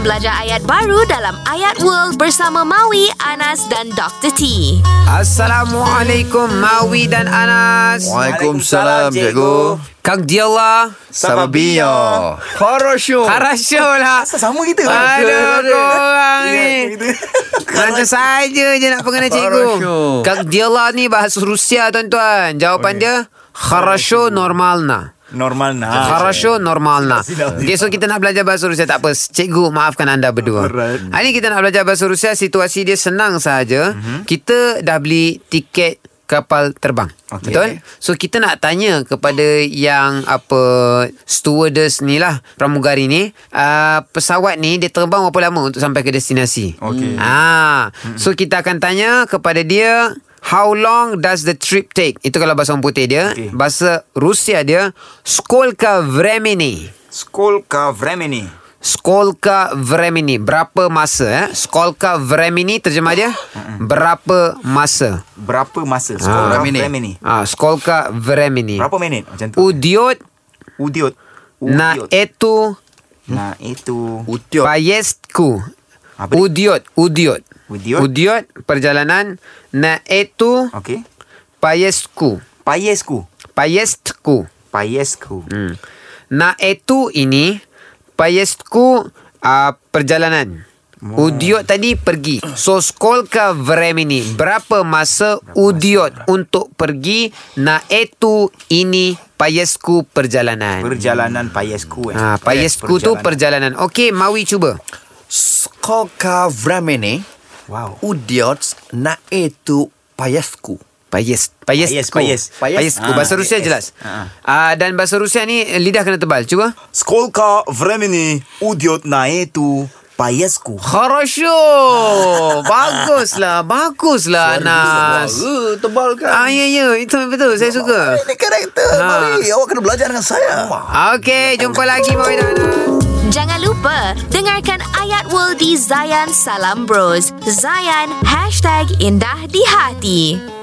belajar ayat baru dalam Ayat World bersama Maui, Anas dan Dr. T. Assalamualaikum Mawi dan Anas. Waalaikumsalam, cikgu. Kang dia lah. Sama Bio. Horosho. Karasyo lah. Sama kita Aduh, korang Ya, ni. kita. Mana saja je nak pengenai Kharasho. cikgu. Kang dia lah ni bahasa Rusia tuan-tuan. Jawapan dia, kharasho normalna. Normal nah Kharasho normalna. Ah, Silap. Okay, so kita nak belajar bahasa Rusia. Tak apa, cikgu maafkan anda berdua. Alright. Hari ni kita nak belajar bahasa Rusia. Situasi dia senang saja. Mhm. Kita dah beli tiket kapal terbang. Okay. Betul? So kita nak tanya kepada yang apa stewardess ni lah, pramugari ni, uh, pesawat ni dia terbang berapa lama untuk sampai ke destinasi? Okay. Ah, Mhm. so kita akan tanya kepada dia How long does the trip take? Itu kalau bahasa orang putih dia. Okey. Bahasa Rusia dia Skolka vremeni. Skolka Vremeni Skolka vremeni. Berapa masa eh? Skolka vremeni terjemah dia berapa masa? Berapa masa Skolka Vremeni. Vremeni Ah, skolka vremeni. Berapa minit macam tu Udiot Udiot na Udiot. etu Nah itu Utiot. Payestku. Apa dia? Udiot, udiot. Ah, Udiot? Ah. Udiot perjalanan na etu Okey payestku. Payesku Payestku. Payesku Hmm. Na itu ini payestku uh, perjalanan. Udiot tadi pergi. So skolka vremeni. Berapa masa udiot untuk pergi na itu ini payestku perjalanan. Perjalanan Payesku eh. Ha, payestku tu perjalanan. Okey, Mawi cuba. Skoka vramene. Wow Udiots na etu payasku. Payes, payesku. payes. Payes. Payesku. Ah, Bahasa Rusia yes. jelas. Ah. Ah, dan bahasa Rusia ni eh, lidah kena tebal. Cuba. Skolka Vremeni Udiot na itu Payesku Kharasho. Baguslah, baguslah Anas. Suara tebal Ah kan? ya ya itu betul saya suka. Ini karakter Ha. Mari awak kena belajar dengan saya Okey jumpa lagi Boy Dana. Jangan lupa dengarkan Ayat World di Zayan Salam Bros. Zayan #IndahDiHati.